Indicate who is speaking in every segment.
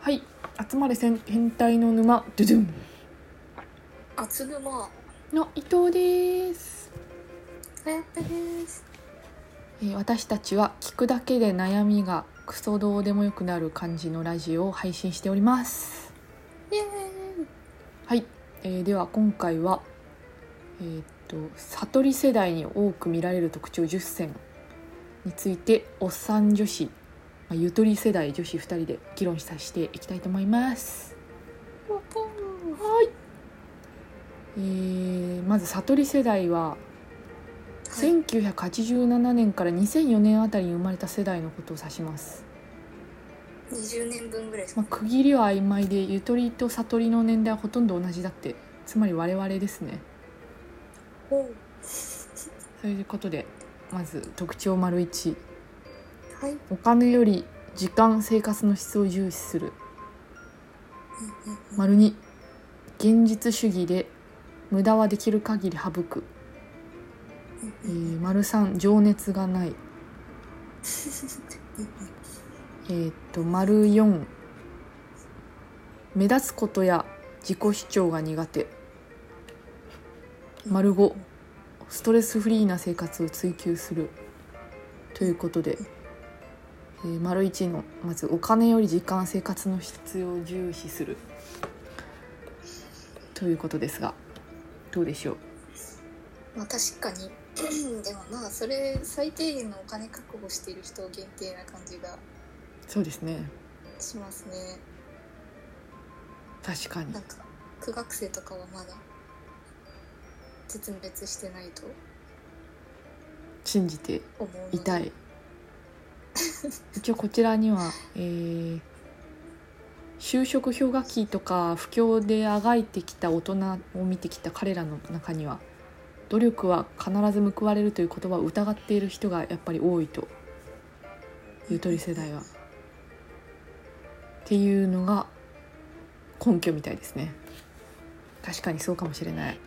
Speaker 1: はい集まれせん変態の沼ドゥドゥン
Speaker 2: あつぐま。
Speaker 1: の伊藤です、
Speaker 2: はやったです。
Speaker 1: えー私たちは聞くだけで悩みがクソどうでもよくなる感じのラジオを配信しております
Speaker 2: イエ
Speaker 1: はい、えーでは今回はえーっと悟り世代に多く見られる特徴10選についておっさん女子、まあ、ゆとり世代女子2人で議論させていきたいと思います
Speaker 2: ーイ。
Speaker 1: はい、えーまず悟り世代は1987年から2004年あたりに生まれた世代のことを指します、
Speaker 2: 二十年分ぐらいですか。
Speaker 1: まあ、区切りは曖昧でゆとりと悟りの年代はほとんど同じだってつまり我々ですね
Speaker 2: おう
Speaker 1: そういうことでまず特徴丸1
Speaker 2: はい。
Speaker 1: お金より時間生活の質を重視する丸2現実主義で無駄はできる限り省く、えー丸3情熱がないえーっと丸4目立つことや自己主張が苦手丸5ストレスフリーな生活を追求するということで、えー丸1のまずお金より時間生活の必要を重視するということですがどうでしょう
Speaker 2: まあ、確かに。 でも、まあ、それ最低限のお金確保している人限定な感じが
Speaker 1: そうですね
Speaker 2: しますね。
Speaker 1: 確かに
Speaker 2: なんか、苦学生とかはまだ。絶滅してないと
Speaker 1: 信じて
Speaker 2: 思うので。
Speaker 1: いたい一応こちらには、えー就職氷河期とか不況であがいてきた大人を見てきた彼らの中には努力は必ず報われるという言葉を疑っている人がやっぱり多いとゆとり世代は。っていうのが根拠みたいですね。確かにそうかもしれない。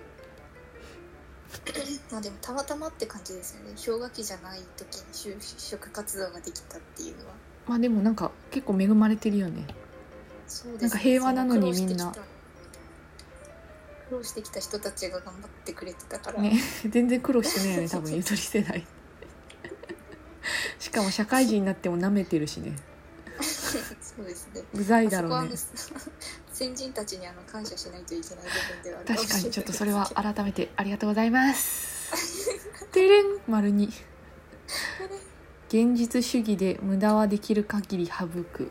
Speaker 2: まあ、でも、たまたまって感じですよね。氷河期じゃない時に就職活動ができたっていうのは。
Speaker 1: まあでもなんか結構恵まれてるよね。
Speaker 2: そうですね
Speaker 1: なんか平和なのに
Speaker 2: そ
Speaker 1: みんな
Speaker 2: 苦労してきた苦労してきた人たちが頑張ってくれてたから、
Speaker 1: ね、全然苦労してないよね 多分ゆとり世代しかも社会人になっても舐めてるしね
Speaker 2: そうですね
Speaker 1: うざいだ
Speaker 2: そ
Speaker 1: ろ
Speaker 2: こは
Speaker 1: う
Speaker 2: あ
Speaker 1: ね
Speaker 2: の 先人たちにあの感謝しないといけない部分ではある
Speaker 1: 確かにちょっとそれは
Speaker 2: あ
Speaker 1: 改めてありがとうございますてれん丸に現実主義で無駄はできる限り省く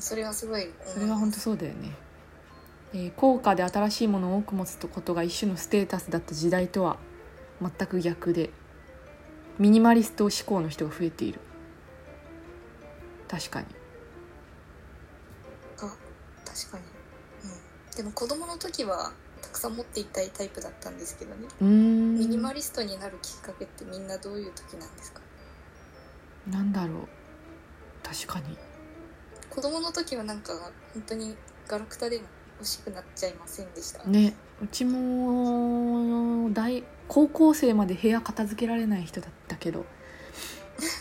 Speaker 2: それはすごい思い
Speaker 1: それは本当そうだよね、えー高価で新しいものを多く持つことが一種のステータスだった時代とは全く逆でミニマリスト志向の人が増えている確かに
Speaker 2: あ確かに、うん、でも子供の時はたくさん持っていたいタイプだったんですけどね、
Speaker 1: うーん
Speaker 2: ミニマリストになるきっかけってみんなどういう時なんですか
Speaker 1: なんだろう確かに
Speaker 2: 子供の時はなんか本当にガラクタでも欲しくなっちゃいませんでした、
Speaker 1: ねうちも大高校生まで部屋片付けられない人だったけ ど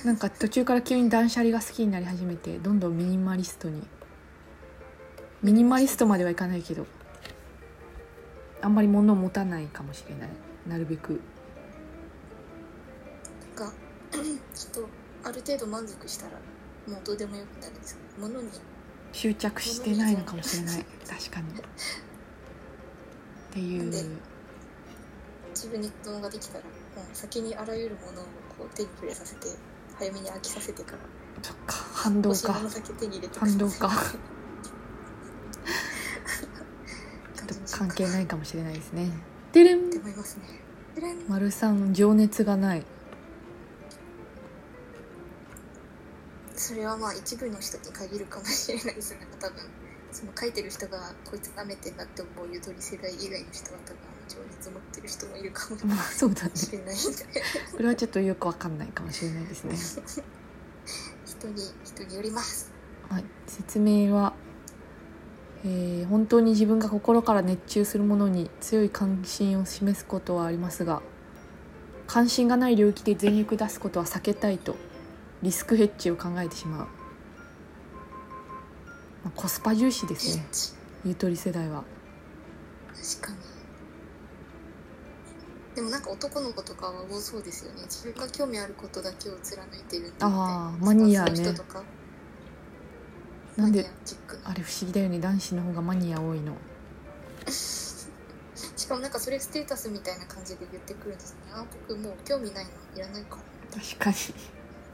Speaker 1: なんか途中から急に断捨離が好きになり始めてどんどんミニマリストにミニマリストまではいかないけどあんまり物を持たないかもしれないなるべく
Speaker 2: が きっとある程度満足したらもうどうでもよくなるんですけど物に
Speaker 1: 執着してないのかもしれない確かにっていう
Speaker 2: 自分に子供ができたらもう先にあらゆるものをこう手に触れさせて早めに飽きさせてから
Speaker 1: そっか反動
Speaker 2: 欲しい
Speaker 1: か
Speaker 2: ものだけ手に入れて
Speaker 1: 反動か
Speaker 2: 感
Speaker 1: と
Speaker 2: じにしよう
Speaker 1: 関
Speaker 2: か
Speaker 1: 係ないかもしれないですね。てれん
Speaker 2: って思いますねでれん
Speaker 1: 丸さん情熱がない。
Speaker 2: それはまあ一部の人に限るかもしれないですなんか多分その書いてる人がこいつ舐めてんだって思うゆとり世代以外の人は多分情熱持ってる人もいるかも
Speaker 1: まあそうだね。
Speaker 2: しれないんで
Speaker 1: これはちょっとよくわかんないかもしれないですね。
Speaker 2: 人に人によります
Speaker 1: はい、説明は、えー本当に自分が心から熱中するものに強い関心を示すことはありますが関心がない領域で全力出すことは避けたいとリスクヘッジを考えてしまうまあコスパ重視ですね
Speaker 2: 一
Speaker 1: ゆとり世代は
Speaker 2: 確かにでもなんか男の子とかは多そうですよね自分が興味あることだけを貫いてるって
Speaker 1: あーマニアね
Speaker 2: 人とか
Speaker 1: なんで
Speaker 2: マニアチックな
Speaker 1: あれ不思議だよね男子の方がマニア多いの
Speaker 2: しかもなんかそれステータスみたいな感じで言ってくるんですねあ僕もう興味ないのいらないから
Speaker 1: 確かに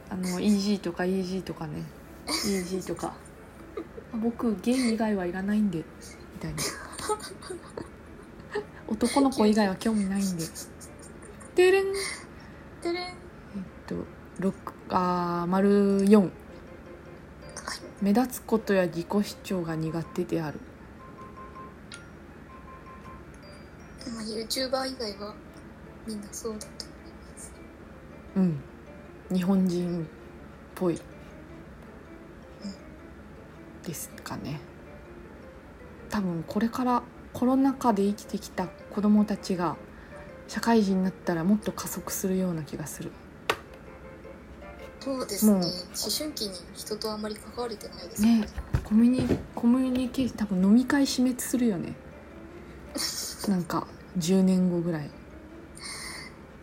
Speaker 1: あの EG とか EG とかね EG とかあ僕ゲイ以外はいらないんでみたいな男の子以外は興味ないんでてれんえって
Speaker 2: れんはい
Speaker 1: と6あー丸4目立つことや自己主張が苦手である
Speaker 2: まあ YouTuber 以外はみんなそうだと思います
Speaker 1: うん日本人っぽいですかね多分これからコロナ禍で生きてきた子どもたちが社会人になったらもっと加速するような気がする
Speaker 2: そうですね
Speaker 1: もう
Speaker 2: 思春期に人とあんまり関われてないですよね
Speaker 1: ねコミュニコミュニケーション多分飲み会死滅するよねなんか10年後ぐらい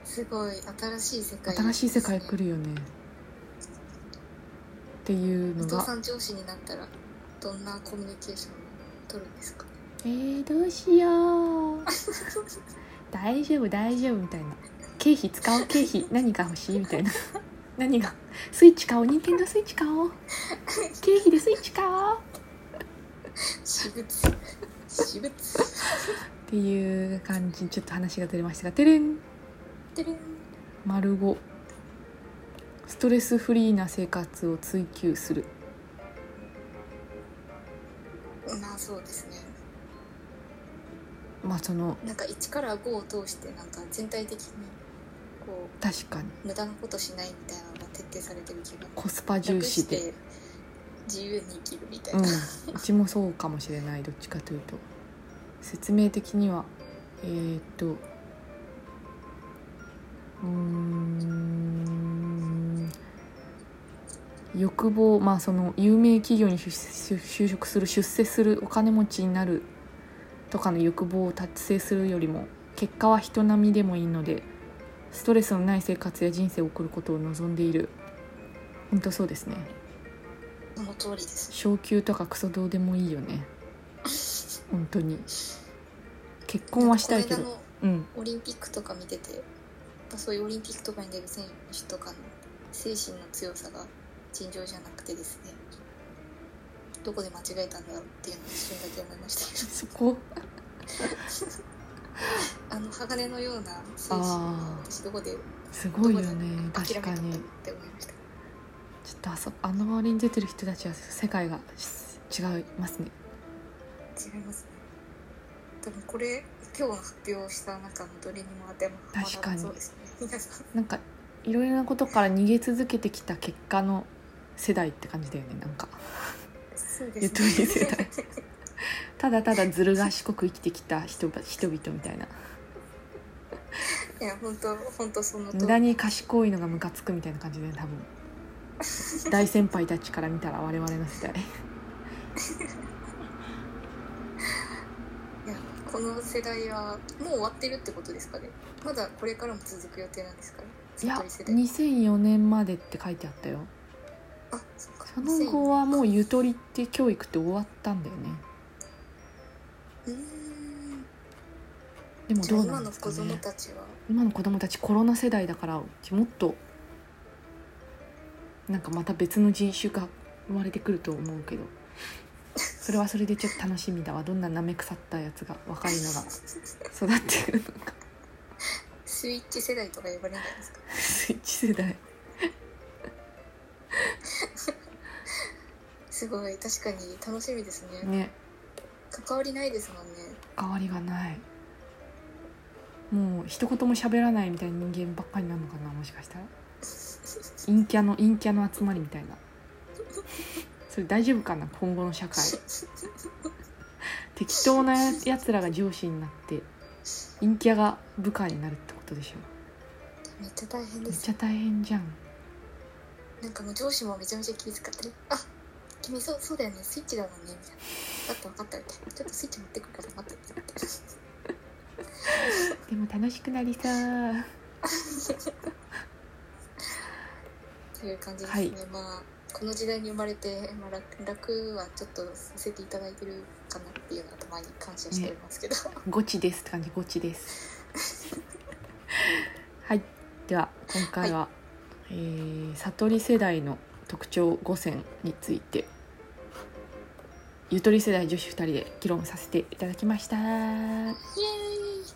Speaker 2: すごい新しい世界、
Speaker 1: 新しい世界来
Speaker 2: る
Speaker 1: るよねっていう
Speaker 2: 伊
Speaker 1: の
Speaker 2: 藤
Speaker 1: が
Speaker 2: さん上司になったらどんなコミュニケーションを取るんですか
Speaker 1: えー、どうしよう大丈夫大丈夫みたいな経費使おう経費何が欲しいみたいな何がスイッチ買おう任天堂スイッチ買おう経費でスイッチ買おうっ
Speaker 2: 私物私物
Speaker 1: ていう感じちょっと話がずれましたがてれん
Speaker 2: てれん
Speaker 1: 丸五ストレスフリーな生活を追求する
Speaker 2: まあそうですね
Speaker 1: まあその
Speaker 2: なんか1から5を通してなんか全体的にこ
Speaker 1: 確かに
Speaker 2: う無駄なことしないみたいなのが徹底されてる気が
Speaker 1: コスパ重
Speaker 2: 楽
Speaker 1: 視
Speaker 2: し
Speaker 1: で
Speaker 2: て自由に生きるみたいな、
Speaker 1: うん、うちもそうかもしれないどっちかというと説明的にはえーっとうーん欲望まあその有名企業に出就就職する出世するお金持ちになるとかの欲望を達成するよりも結果は人並みでもいいのでストレスのない生活や人生を送ることを望んでいる本当そうですね
Speaker 2: その通りです
Speaker 1: 昇給とかクソどうでもいいよね本当に結婚はしたいけ
Speaker 2: なん
Speaker 1: ど
Speaker 2: かこの
Speaker 1: う
Speaker 2: 間
Speaker 1: ん
Speaker 2: のオリンピックとか見ててやっぱそういうオリンピックとかに出る選手とかの精神の強さが尋常じゃなくてですねどこで間違えたんだろうっていうのを一瞬だけ思い ましたけ
Speaker 1: そこ
Speaker 2: どあの鋼のような精神
Speaker 1: あ
Speaker 2: は
Speaker 1: ー
Speaker 2: 私どこです
Speaker 1: ごいよね確
Speaker 2: 諦め
Speaker 1: か
Speaker 2: たんだ
Speaker 1: に
Speaker 2: って思いました
Speaker 1: ちょっとあそあの周りに出てる人たちは世界がし違いますね
Speaker 2: 違いますね多分これ今日の発表した中のどれにも当てはまら
Speaker 1: 確か
Speaker 2: な
Speaker 1: に
Speaker 2: そうですね皆さん
Speaker 1: なんかいろいろなことから逃げ続けてきた結果の世代って感じだよねなんか
Speaker 2: そう
Speaker 1: ゆとり
Speaker 2: です
Speaker 1: 世代
Speaker 2: ね
Speaker 1: ただただずる賢く生きてきた人ば人々みたいない
Speaker 2: や本当本当その通り
Speaker 1: 無駄に賢いのがムカつくみたいな感じで多分大先輩たちから見たら我々の世代
Speaker 2: いやこの世代はもう終わってるってことですかねまだこれからも続く予定なんですかね
Speaker 1: いや
Speaker 2: 悟り世代
Speaker 1: 2004年までって書いてあったよ
Speaker 2: あそっか
Speaker 1: その後はもうゆとりって教育って終わったんだよね
Speaker 2: うーん
Speaker 1: でも
Speaker 2: じゃ
Speaker 1: ど
Speaker 2: あ
Speaker 1: うな
Speaker 2: 今
Speaker 1: ん
Speaker 2: の
Speaker 1: ですか
Speaker 2: 子
Speaker 1: ね
Speaker 2: 供たちは
Speaker 1: 今の子供たちコロナ世代だからもっとなんかまた別の人種が生まれてくると思うけどそれはそれでちょっと楽しみだわどんな舐め腐ったやつが若いのが育ってくるのか
Speaker 2: スイッチ世代とか呼ばれないですか
Speaker 1: スイッチ世代
Speaker 2: すごい確かに楽しみですね
Speaker 1: ね
Speaker 2: 関わりないですもんね
Speaker 1: 変わりがないもう一言も喋らないみたいな人間ばっかりなのかなもしかしたら陰キャの陰キャの集まりみたいなそれ大丈夫かな今後の社会適当なやつらが上司になって陰キャが部下になるってことでしょ
Speaker 2: めっちゃ大変
Speaker 1: め
Speaker 2: で
Speaker 1: っ
Speaker 2: す
Speaker 1: ちゃ大変じゃん
Speaker 2: なんかもう上司もめちゃめちゃ気遣ってねあ君そうそうだよねスイッチだもんね」みたいな「だった分かった」みたいな「ちょっとスイッチ持ってくるから分かった」みたいな
Speaker 1: でも楽しくなりさー
Speaker 2: という感じですね、まあこの時代に生まれて、まあ、楽楽はちょっとさせていただいてるかなっていうのはたまに感謝しておりますけど、
Speaker 1: ゴチですって感じゴチですはいでは今回は、えー悟り世代の特徴5選についてゆとり世代女子2人で議論させていただきました
Speaker 2: イエーイ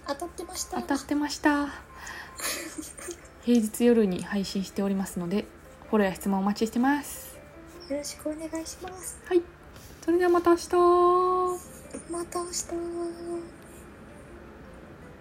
Speaker 2: 当たってました
Speaker 1: 当たってました平日夜に配信しておりますのでフォローや質問お待ちしてます
Speaker 2: よろしくお願いします
Speaker 1: はいそれではまた明日
Speaker 2: また明日